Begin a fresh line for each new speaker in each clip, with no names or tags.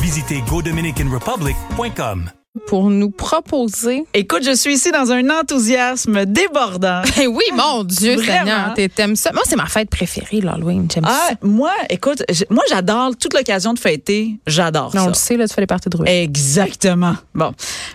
visitez godominicanrepublic.com.
pour nous proposer.
Écoute, je suis ici dans un enthousiasme débordant.
Eh oui, mon Dieu,
Vraiment?
Seigneur, t'es- t'aimes ça. Moi, c'est ma fête préférée, l'Halloween. J'aime
Ah, moi, écoute, j- moi j'adore toute l'occasion de fêter, j'adore
ça. Non, on
ça. Eh,
le sait, là, tu fais les parties de rue.
Exactement. Bon,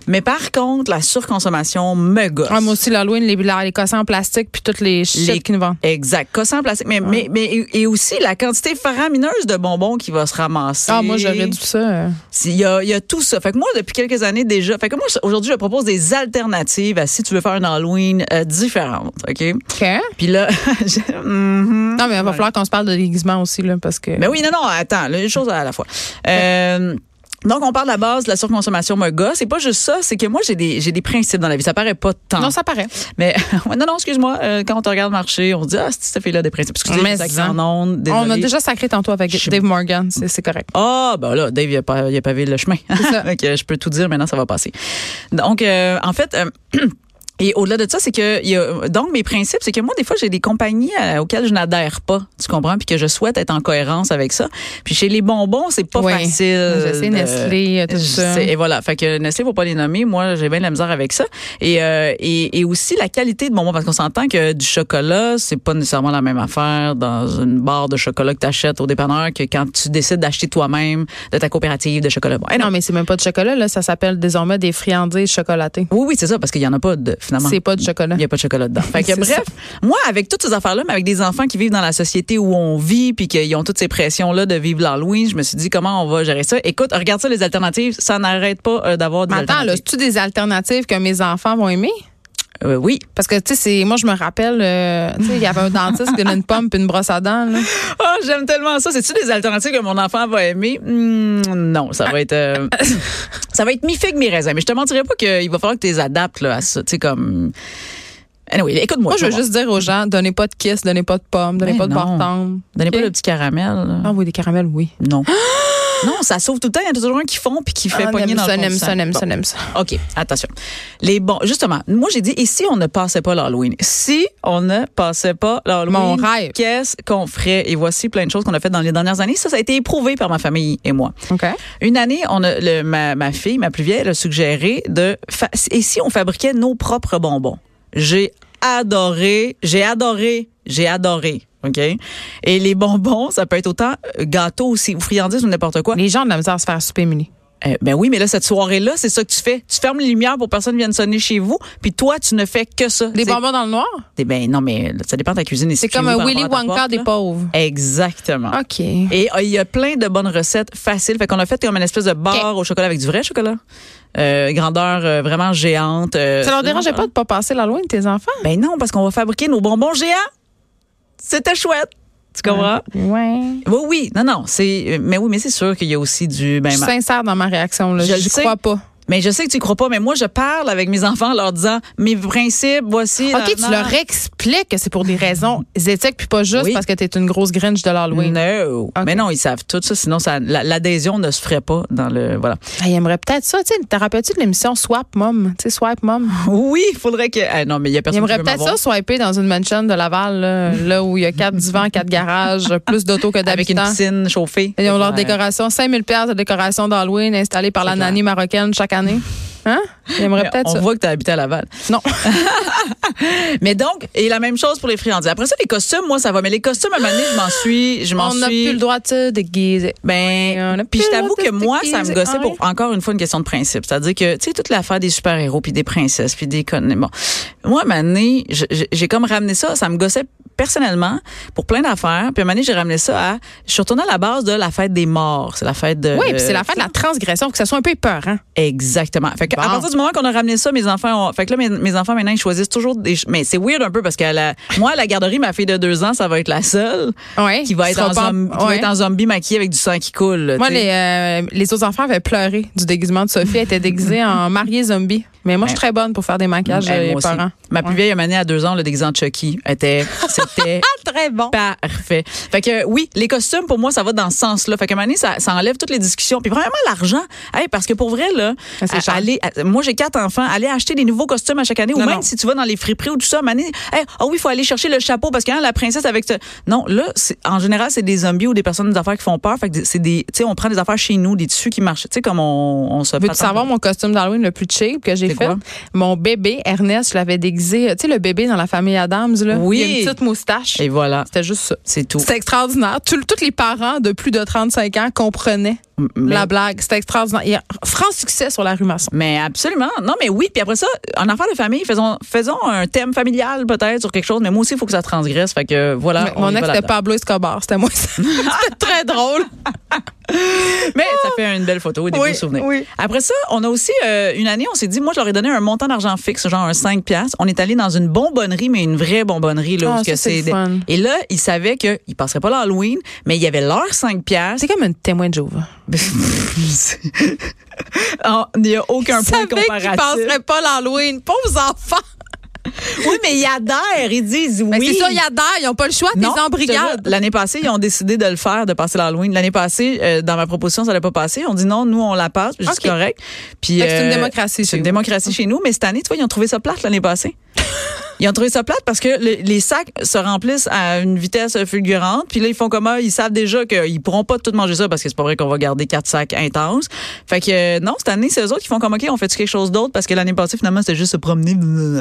mais par contre, la surconsommation me gosse.
Ah, moi aussi, l'Halloween, les, la- les cossins en plastique, puis toutes les shit
Les-
qui nous vendent.
Exact. Cossant plastique. Mais, mais, mais- et aussi la quantité faramineuse de bonbons qui va se ramasser.
Ah, moi, j'aurais dû ça. euh.
Il y, a, il y a tout ça. Fait que moi, depuis quelques années déjà, fait que moi, aujourd'hui, je propose des alternatives à si tu veux faire un Halloween euh, différente. OK?
Hein?
Puis là, je- mhm.
Non, mais il va falloir qu'on se parle de déguisement aussi, là, parce que.
Mais oui, non, non, attends, là, une chose à la fois. Euh, donc, on parle de la base de la surconsommation me gosse. C'est pas juste ça, c'est que moi, j'ai des, j'ai des principes dans la vie. Ça paraît pas tant.
Non, ça paraît.
Mais ouais, non, non, excuse-moi, euh, quand on te regarde marcher, on se dit, ah, c'est cette fille-là des principes.
Mais
Excusez-moi, ça
ça.
en onde,
On a
désolée.
déjà sacré tantôt avec
Je-
Dave Morgan, c'est c'est correct.
Ah, ben là, Dave, il a, pas, il a pavé le chemin.
ça.
Fait que je peux tout dire, maintenant, ça va passer. Donc, euh, en fait... euh, Et au-delà de ça, c'est que il y a, donc mes principes, c'est que moi des fois j'ai des compagnies euh, auxquelles je n'adhère pas, tu comprends, puis que je souhaite être en cohérence avec ça. Puis chez les bonbons, c'est pas
Ouais.
facile.
Je sais,
de-
Nestlé, euh, tout
je
ça.
sais, Et voilà, fait que Nestlé faut pas les nommer. Moi, j'ai bien de la misère avec ça. Et euh, et, et aussi la qualité de bonbons, parce qu'on s'entend que du chocolat, c'est pas nécessairement la même affaire dans une barre de chocolat que t'achètes au dépanneur que quand tu décides d'acheter toi-même de ta coopérative de chocolat. Bon, eh non.
Non, mais c'est même pas de chocolat, là. Ça s'appelle désormais des friandises chocolatées.
Oui, oui, c'est ça, parce qu'il y en a pas de finalement.
C'est pas de chocolat.
Il n'y a pas de chocolat dedans. Fait que,
C'est
bref, moi, avec toutes ces affaires-là, mais avec des enfants qui vivent dans la société où on vit, puis qu'ils ont toutes ces pressions-là de vivre l'Halloween, je me suis dit comment on va gérer ça. Écoute, regarde ça, les alternatives, ça n'arrête pas euh, d'avoir des
Mais attends, là,
alternatives.
tu des alternatives que mes enfants vont aimer?
Euh, oui.
Parce que, tu sais, c'est- moi, je me rappelle, euh, tu sais, il y avait un dentiste qui donnait une pomme puis une brosse à dents, là.
Oh, j'aime tellement ça. C'est-tu des alternatives que mon enfant va aimer? Hmm, non, ça va être. euh, ça va être mi-figue, mi-raisin. Mais je te mentirais pas qu'il va falloir que tu les adaptes là, à ça. Tu sais, comme. Anyway, écoute-moi.
Moi, je veux
tu vas
juste dire aux gens, donnez pas de kiss, donnez pas de pommes, donnez
Mais
pas de
non.
bartende.
voir. Donnez
Ok.
pas le petit caramel. là.
Ben Ah oui, des caramels, oui.
Non. Non, ça sauve tout le temps. Il y en a toujours un qui fond puis qui fait
Ah,
pogner
n'aime
dans
ça,
le fond
n'aime
du
ça,
sac.
n'aime
Bon.
ça, n'aime ça.
OK, attention. Les bons, justement, moi j'ai dit ici on ne passait pas l'Halloween. Si on ne passait pas l'Halloween,
Mon rêve.
qu'est-ce qu'on ferait Et voici plein de choses qu'on a faites dans les dernières années. Ça ça a été éprouvé par ma famille et moi.
OK.
Une année, on a le- ma, ma fille, ma plus vieille, elle a suggéré de fa- et si on fabriquait nos propres bonbons. J'ai adoré, j'ai adoré, j'ai adoré. OK Et les bonbons, ça peut être autant gâteaux aussi, ou friandises ou n'importe quoi.
Les gens ont de la misère à se faire souper muni.
Euh, ben oui, mais là, cette soirée-là, c'est ça que tu fais. Tu fermes les lumières pour que personne vienne sonner chez vous, puis toi, tu ne fais que ça.
Des
C'est-
bonbons dans le noir?
Des- Ben non, mais là, ça dépend de ta cuisine. et si
C'est
tu
comme
ouvres
un
par
Willy
rapport à ta
Wonka
porte,
des
là.
pauvres.
Exactement.
OK.
Et euh, il y a plein de bonnes recettes faciles. Fait qu'on a fait comme une espèce de bar au chocolat avec du vrai chocolat. Euh, grandeur euh, vraiment géante. euh,
Ça leur dérangeait pas de pas passer la loi de tes enfants?
Ben non, parce qu'on va fabriquer nos bonbons géants. C'était chouette. Tu comprends?
Ouais.
Oui, oui. Non, non. C'est, euh, mais oui, mais c'est sûr qu'il y a aussi du.
Je
Ben,
suis sincère dans ma réaction, là.
Je
Je
le
j'y
sais.
crois pas.
Mais je sais que tu y crois pas, mais moi, je parle avec mes enfants en leur disant mes principes, voici.
OK, tu
nanana.
leur expliques que c'est pour des raisons éthiques puis pas juste
Oui.
parce que t'es une grosse gringe de l'Halloween.
No.
OK.
Mais non, ils savent tout ça, sinon ça- la- l'adhésion ne se ferait pas dans le. Voilà.
Ah, Il aimerait peut-être ça. Tu sais, te rappelles-tu de l'émission Swap Mom? Tu sais, Swipe Mom?
Oui, il faudrait que. Ah, non, mais il y a
Il
personne qui
aimerait
veut
peut-être ça
m'avoir.
swiper dans une mansion de Laval, là, là où il y a quatre divans, quatre garages, plus d'autos que
Avec une
d'habitants.
piscine chauffée.
Ils ont leur
Ouais.
décoration, 5000 pièces de décoration d'Halloween installée par la
C'est clair.
nanny marocaine chaque année. Hein? Ils aimeraient peut-être
On
ça.
voit que tu as habité à Laval.
Non.
Mais donc, et la même chose pour les friandises. Après ça, les costumes, moi, ça va. Mais les costumes, à un moment donné, je m'en suis. Je m'en
On n'a
suis-
plus le droit de se déguiser. On a
Ben,
plus
puis je
le
t'avoue
droit de
que moi, ça me
déguiser.
gossait
Ah
pour
ouais?
encore une fois une question de principe. C'est-à-dire que, tu sais, toute l'affaire des super-héros, puis des princesses, puis des connes. Bon, moi, à un moment donné, je- je- j'ai comme ramené ça, ça me gossait personnellement pour plein d'affaires. Puis à un moment donné, j'ai ramené ça à... Je suis retournée à la base de la fête des morts. C'est la fête de...
Oui, puis c'est la fin de la transgression, que ce soit un peu hein. épeurant.
Exactement. Fait que à
Bon.
partir du moment qu'on a ramené ça, mes enfants ont... Fait que là, mes, mes enfants, maintenant, ils choisissent toujours des... ch- Mais c'est weird un peu parce que la... moi, à la garderie, ma fille de deux ans, ça va être la seule
Ouais,
qui va être,
sera
en,
pas-
zom- qui va
ouais.
être en zombie maquillée avec du sang qui coule. là,
Moi,
tu sais.
les, euh, les autres enfants avaient pleuré du déguisement de Sophie. Elle était déguisée en mariée zombie. Mais moi, je suis très bonne pour faire des maquillages euh,
Eh, moi aussi.
épeurants.
Ma plus
Ouais.
vieille, elle m'a née à deux ans, le déguisant de Chucky. Elle était, c'est C'était
Très bon.
parfait. Fait que euh, oui, les costumes pour moi ça va dans ce sens-là. Fait que Mané ça, ça enlève toutes les discussions. Puis premièrement l'argent, Hey, parce que pour vrai là,
Ça, c'est
à-
cher.
aller à- moi j'ai quatre enfants, aller acheter des nouveaux costumes à chaque année ou
Non,
même
non.
si tu vas dans les friperies ou tout ça, Mané, hey, ah oui, il faut aller chercher le chapeau parce que hein, la princesse avec ce... non, là c'est- en général c'est des zombies ou des personnes des affaires qui font peur. Fait que c'est des tu sais on prend des affaires chez nous, des tissus qui marchent, tu sais comme on, on se
Veux-tu
fait attendre.
savoir mon costume d'Halloween le plus cheap que j'ai
C'est
fait?
quoi?
Mon bébé, Ernest, je l'avais déguisé. euh, Tu sais, le bébé dans la famille Adams, là.
Oui.
Il a une petite moustache.
Et voilà,
C'était juste ça.
c'est tout.
C'était extraordinaire. Tout- Tous les parents de plus de 35 ans comprenaient
Mais-
la blague. C'était extraordinaire. Il y a un franc succès sur la rue Masson.
Mais absolument. Non, mais oui. Puis après ça, en affaires de famille, faisons, faisons un thème familial peut-être sur quelque chose. Mais moi aussi, il faut que ça transgresse. Fait que voilà.
Mais
Ah, on y
mon
va
ex, c'était
là-dedans.
Pablo Escobar. C'était moi. C'était très drôle.
Mais ça fait une belle photo et des
Oui,
beaux souvenirs.
oui.
Après ça, on a aussi euh, une année, on s'est dit, moi, je leur ai donné un montant d'argent fixe, genre un 5 piastres. On est allé dans une bonbonnerie, mais une vraie bonbonnerie. Là,
Ah,
où
ça,
que
c'est le
des-
fun.
Et là, ils savaient qu'ils passeraient pas l'Halloween, mais il y avait leur 5 piastres.
C'est comme un témoin de Jéhovah.
Ah, Il n'y a aucun
Je
point
savais
de
qu'ils
comparatif.
passeraient pas l'Halloween. Pauvres enfants.
Oui, mais ils adhèrent. Ils disent oui.
Mais Ben, c'est ça, ils adhèrent. Ils n'ont pas le choix. Des
Non, je te
embrigades.
jure, L'année passée, ils ont décidé de le faire, de passer l'Halloween. L'année passée, euh, dans ma proposition, ça n'allait pas passer. On dit non, nous, on la passe, puis
Ok.
c'est correct. Puis,
Fait que c'est une
euh,
démocratie
C'est
chez
une
vous.
démocratie chez nous, mais cette année, tu vois, ils ont trouvé ça plate l'année passée. Ils ont trouvé ça plate parce que le- les sacs se remplissent à une vitesse fulgurante. Puis là, ils font comme eux, ils savent déjà qu'ils pourront pas tout manger ça parce que c'est pas vrai qu'on va garder quatre sacs intenses. Fait que euh, non, cette année, c'est eux autres qui font comme OK, on fait quelque chose d'autre parce que l'année passée, finalement, c'était juste se promener.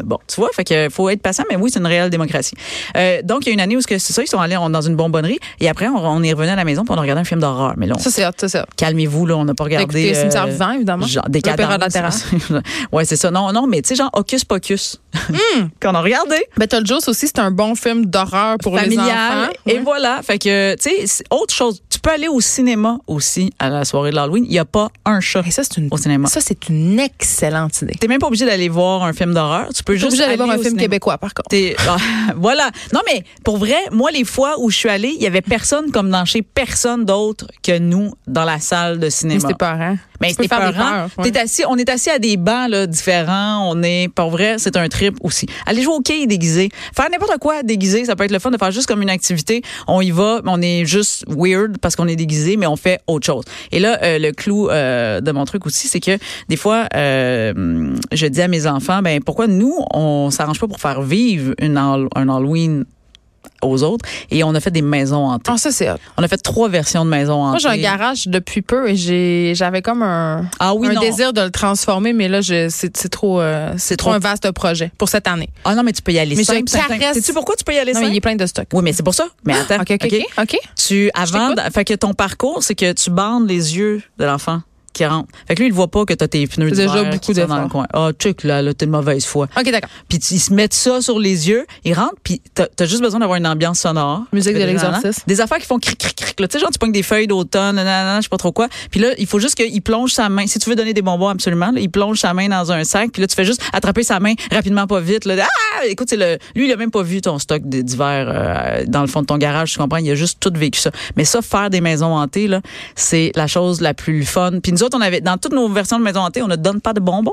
Bon, tu vois, fait que faut être patient, mais oui, c'est une réelle démocratie. Euh, donc, il y a une année où ce que c'est ça, ils sont allés on- dans une bonbonnerie et après, on, on est revenu à la maison pour on a regardé un film d'horreur. Mais là, on-
Ça, c'est hot, ça, c'est hot.
calmez-vous, là, on n'a pas regardé.
Écoutez,
euh,
cimetière vivant, évidemment.
Genre, des
L'opéra de la
cadences. hein. ouais, c'est ça. Non, non, mais tu sais, genre, Hocus Pocus.
Hmm.
Qu'on a regardé.
Battle Juice aussi, c'est un bon film d'horreur pour les enfants.
Familial. Et
Ouais.
voilà. Fait que, tu sais, c'est autre chose. Tu peux aller au cinéma aussi à la soirée de l'Halloween. Il n'y a pas un chat
Et ça, c'est une,
au cinéma.
ça, c'est une excellente idée.
T'es même pas obligé d'aller voir un film d'horreur. Tu peux
Je suis
juste
obligée d'aller voir
aller
un
au
film
cinéma.
québécois, par contre.
T'es- ah, voilà. Non, mais pour vrai, moi, les fois où je suis allée, il y avait personne comme dans chez personne d'autre que nous dans la salle de
Mais
cinéma.
c'était peurant.
Mais
Tu peux
c'était
faire des
peurant.
peurs, ouais.
T'es assis, on est assis à des bancs là, différents. On est, pour vrai, c'est un trip aussi. Aller jouer au quai déguisé, faire n'importe quoi déguisé, ça peut être le fun de faire juste comme une activité. On y va, mais on est juste weird parce qu'on est déguisé, mais on fait autre chose. Et là, euh, le clou euh, de mon truc aussi, c'est que des fois, euh, je dis à mes enfants, ben pourquoi nous, on s'arrange pas pour faire vivre une Hall- un Halloween aux autres et on a fait des maisons hantées.
Ah, ça, c'est hot.
On a fait trois versions de maisons hantées.
Moi, j'ai un garage depuis peu et j'ai- j'avais comme un,
Ah oui,
un
non.
désir de le transformer, mais là, je- c'est c'est trop, euh, c'est trop
trop-
un vaste projet pour cette année.
Ah non, mais tu peux y aller
Mais je
simple. simple, simple.
caresse.
Sais-tu pourquoi tu peux y aller
Non, mais
simple?
il est plein de stock.
Oui, mais c'est pour ça. Mais attends,
OK, OK,
OK?
OK. OK.
Tu, avant, de- fait que ton parcours, c'est que tu bandes les yeux de l'enfant qui rentre. Fait que lui, il voit pas que t'as tes pneus
C'est déjà
d'hiver
beaucoup
qui sont dans le
d'efforts.
coin. Ah, check, là, là, t'es de mauvaise foi.
OK, d'accord.
Puis tu- ils se mettent ça sur les yeux, ils rentrent, puis t'as t'as juste besoin d'avoir une ambiance sonore.
Musique de
Des-
l'exorciste.
Des affaires qui font cric, cric, cric. là. Tu sais, genre, tu pognes des feuilles d'automne, nanana, je sais pas trop quoi. Puis là, il faut juste qu'il plonge sa main. Si tu veux donner des bonbons, absolument, là, il plonge sa main dans un sac, puis là, tu fais juste attraper sa main rapidement, pas vite. Là. Ah! Écoute, c'est le, lui, il a même pas vu ton stock d- d'hiver euh, dans le fond de ton garage, tu comprends? Il a juste tout vécu ça. Mais ça, faire des maisons hantées, là, c'est la chose la plus fun. Puis nous autres, on avait, dans toutes nos versions de maisons hantées, on ne donne pas de bonbons.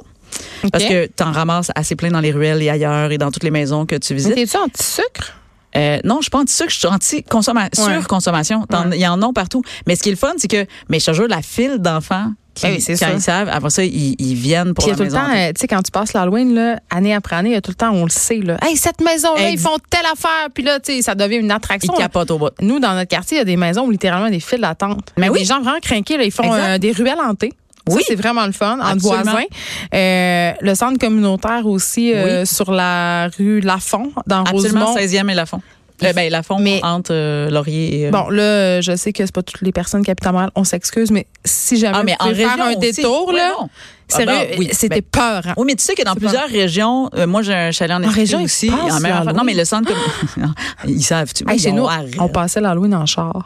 Parce
Ok.
que t'en ramasses assez plein dans les ruelles et ailleurs et dans toutes les maisons que tu visites.
T'es-tu anti-sucre?
Euh, non, je suis pas anti-sucre, je suis anti-consommation.
Ouais.
Surconsommation. T'en- Il y en a partout. Mais ce qui est le fun, c'est que, mais je te jure, la file d'enfants, qui,
Ben oui, c'est
quand
ça.
ils savent, après ça, ils, ils viennent pour
Puis il y a
la
tout le
maison.
temps, euh, tu sais, quand tu passes l'Halloween, là, année après année, il y a tout le temps, on le sait, là. Hey, cette maison-là,
Ex-
ils font telle affaire. Puis là, tu sais, ça devient une
ils
attraction. là.
capotent au bout.
Nous, dans notre quartier, il y a des maisons où littéralement il y a des files d'attente.
Mais oui.
Des gens vraiment crinqués, là, ils font
Exact.
euh, des ruelles hantées. Ça,
Oui.
c'est vraiment le fun, entre
Absolument.
voisins. Euh, le centre communautaire aussi, euh, sur la rue Lafont, dans
Absolument,
Rosemont.
16e et Lafont. Euh, ben, Lafont
Mais-
entre euh, Laurier et. euh,
Bon, là, euh, je sais que c'est pas toutes les personnes capitales, on s'excuse, mais si jamais
ah, mais
vous
en
pouvez faire
région
un
aussi.
détour,
Ouais,
là,
non. Ah
sérieux,
ben, oui.
c'était
Ben,
peur.
Oui, mais tu sais que dans
C'est
plusieurs régions, euh, moi j'ai un chalet en, Estrie
région, ils
aussi,
passent
en même
leur
affaire. Non,
Halloween.
mais le centre comme ils savent tu.
Hey,
Ils
chez
ont
nous,
arrêt.
on passait l'Halloween en char.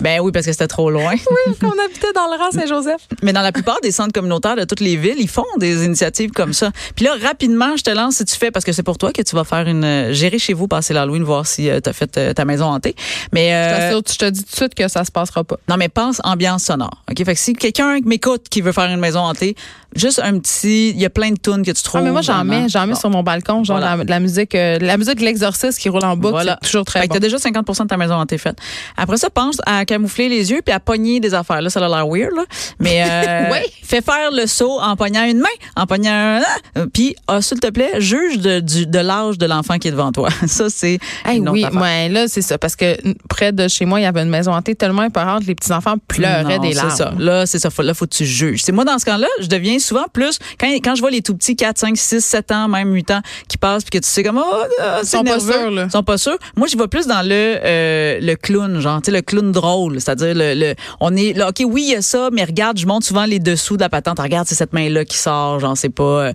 Ben oui parce que c'était trop loin.
Oui, qu'on habitait dans le rang Saint-Joseph.
Mais dans la plupart des centres communautaires de toutes les villes, ils font des initiatives comme ça. Puis là, rapidement, je te lance si tu fais, parce que c'est pour toi que tu vas faire une euh, gérer chez vous, passer l'Halloween, voir si tu as fait euh, ta maison hantée. Mais euh,
je te dis tout de suite que ça se passera pas.
non, mais pense ambiance sonore. Ok, fait que si quelqu'un m'écoute qui veut faire une maison hantée, Juste un petit. Il y a plein de tunes que tu trouves.
Ah, mais moi, j'en
vraiment.
mets, j'en mets
Bon.
sur mon balcon, genre
Voilà.
de la, de la musique, euh, de la musique de l'exorciste qui roule en boucle,
Voilà.
c'est toujours très
Fait
bon.
que t'as déjà 50 de ta maison dans tes fêtes. Après ça, pense à camoufler les yeux puis à pogner des affaires. Là, ça a l'air weird, là. Mais euh,
Oui.
fais faire le saut en pognant une main, en pognant un... Ah! Puis, ah, s'il te plaît, juge de, du- de l'âge de l'enfant qui est devant toi. Ça, c'est
Hey,
une autre
oui,
affaire.
ouais, là, c'est ça. Parce que n- près de chez moi, il y avait une maison hantée tellement épeurante, les petits-enfants pleuraient
Non,
des
c'est
larmes.
ça. Là, c'est ça. Faut- Là, faut que tu juges. C'est moi, dans ce cas-là, je deviens souvent plus, quand, quand je vois les tout petits 4, 5, 6, 7 ans, même 8 ans, qui passent, puis que tu sais comme, oh, ah, c'est
sont pas
nerveux.
sûrs, là.
Ils sont pas sûrs. Moi, je vais plus dans le, euh, le clown, genre, tu sais, le clown drôle. C'est-à-dire, le, le- on est, là, OK, oui, il y a ça, mais regarde, je monte souvent les dessous de la patente. Regarde, c'est cette main-là qui sort, genre, c'est pas, euh,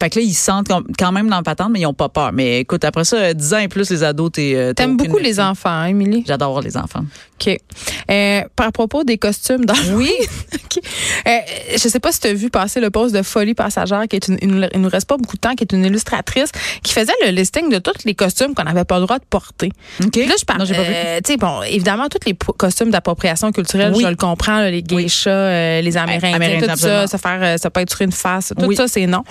fait que là, ils se sentent comme- quand même dans la patente, mais ils ont pas peur. Mais écoute, après ça, euh, 10 ans et plus, les ados, t'es. euh, t'as
T'aimes
aucune
beaucoup les
maîtrise.
enfants, hein, Émilie?
J'adore les enfants.
OK. Euh, par propos des costumes dans
Oui.
OK. Euh, je sais pas si tu as vu passer le poste de Folie Passagère, qui est une, une- il nous reste pas beaucoup de temps, qui est une illustratrice, qui faisait le listing de tous les costumes qu'on n'avait pas le droit de porter.
OK.
Puis là, je parle.
Non, j'ai pas vu.
euh, tu sais, bon, évidemment, tous les po- costumes d'appropriation culturelle,
Oui. Ben,
je le comprends, là, les geishas, euh, les Amérindiens,
Amérindiens,
tout
absolument.
ça, se faire, euh, se peinturer une face, tout
Oui.
ça, c'est non.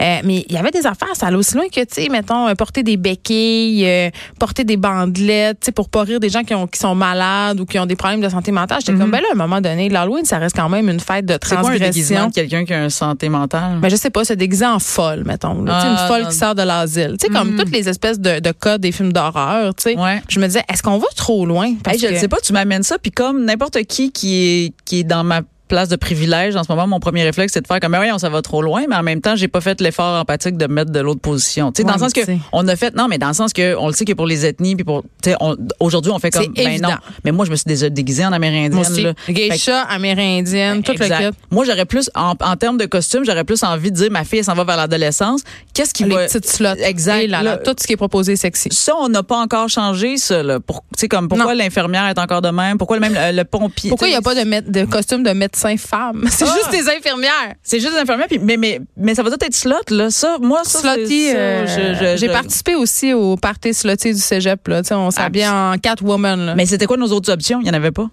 Euh, mais il y avait des affaires, ça allait aussi loin que, tu sais, mettons, euh, porter des béquilles, euh, porter des bandelettes, tu sais, pour pas rire des gens qui, ont, qui sont malades ou qui ont des problèmes de santé mentale. J'étais comme, ben là, à un moment donné, l'Halloween, ça reste quand même une fête de
Mhm. C'est quoi un déguisement
transgression.
de quelqu'un qui a une santé mentale?
Mais je sais pas, se déguiser en folle, mettons. là. Tu sais,
Ah,
une folle
non. Mhm.
qui sort de l'asile. Tu sais, comme toutes les espèces de, de cas des films d'horreur, tu sais.
Ouais.
Je me disais, est-ce qu'on va trop loin? Ben, Parce
Hey, je ne
que-
sais pas, tu m'amènes ça, puis comme n'importe qui qui est, qui est dans ma place de privilège en ce moment, mon premier réflexe, c'est de faire comme, oui, on ça va trop loin, mais en même temps, j'ai pas fait l'effort empathique de me mettre de l'autre position. Tu sais, dans
Ouais,
le sens que,
mais tu sais.
on a fait, non, mais dans le sens que, on le sait que pour les ethnies, puis pour, tu sais, on- aujourd'hui, on fait comme,
C'est
ben
évident.
non. Mais moi, je me suis déjà déguisée en amérindienne,
Moi aussi.
là.
Geisha, amérindienne, tout
Exact.
le kit.
Moi, j'aurais plus, en, en termes de costume, j'aurais plus envie de dire, ma fille, elle s'en va vers l'adolescence. Qu'est-ce qui
Les
va.
petites slots.
Exact.
Et là, là,
Là,
tout ce qui est proposé est sexy.
ça, on n'a pas encore changé ça. Là. Pour, tu sais, comme pourquoi l'infirmière est encore de même, pourquoi le même euh, le pompier.
Pourquoi il
tu
n'y
sais,
a pas de, mé- de costume de médecin femme? Mm. C'est
Ah!
juste des infirmières.
C'est juste des infirmières, puis, mais, mais, mais ça va tout être slot, là. Ça, moi, ça, c'est
Slotty,
ça,
euh,
je- je-
j'ai
je-
participé aussi au party slotty du cégep. Là. Tu sais, On s'habillait en Catwoman. Là.
Mais c'était quoi nos autres options? Il n'y en avait pas.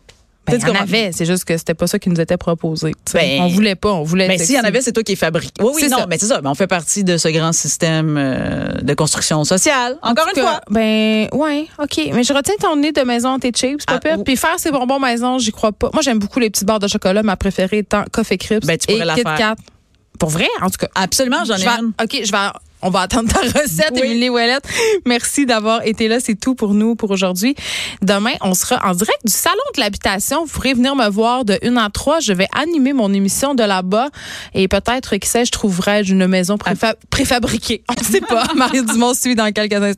Ben,
Tu sais,
il y en
comment-
avait, c'est juste que c'était pas ça qui nous était proposé. tu sais.
Ben,
on voulait pas, on voulait.
Mais
être
s'il y en
sexy.
avait, c'est toi qui es fabriqué. Oui, oui,
C'est
non,
ça.
mais c'est ça. Mais on fait partie de ce grand système euh, de construction sociale. Encore
En
une
tout cas,
fois.
Ben, ouais, OK. Mais je retiens ton nez de maison, tes chips, pas
Ah,
pire.
ou-
Puis faire ces bonbons maison, j'y crois pas. Moi, j'aime beaucoup les petites barres de chocolat. Ma préférée étant Coffee Crisp
Ben, tu
et
pourrais la
Kit
faire.
Kat. Pour vrai, en tout cas.
Absolument, j'en
Je
ai
vais-
une.
OK, je vais. On va attendre ta recette,
Oui.
Émilie Ouellette. Merci d'avoir été là. C'est tout pour nous pour aujourd'hui. Demain, on sera en direct du Salon de l'habitation. Vous pourrez venir me voir de 1 à 3. Je vais animer mon émission de là-bas. Et peut-être, qui sait, je trouverai une maison préfa- préfabriquée. On ne sait pas. Marie Dumont suit dans quelques instants.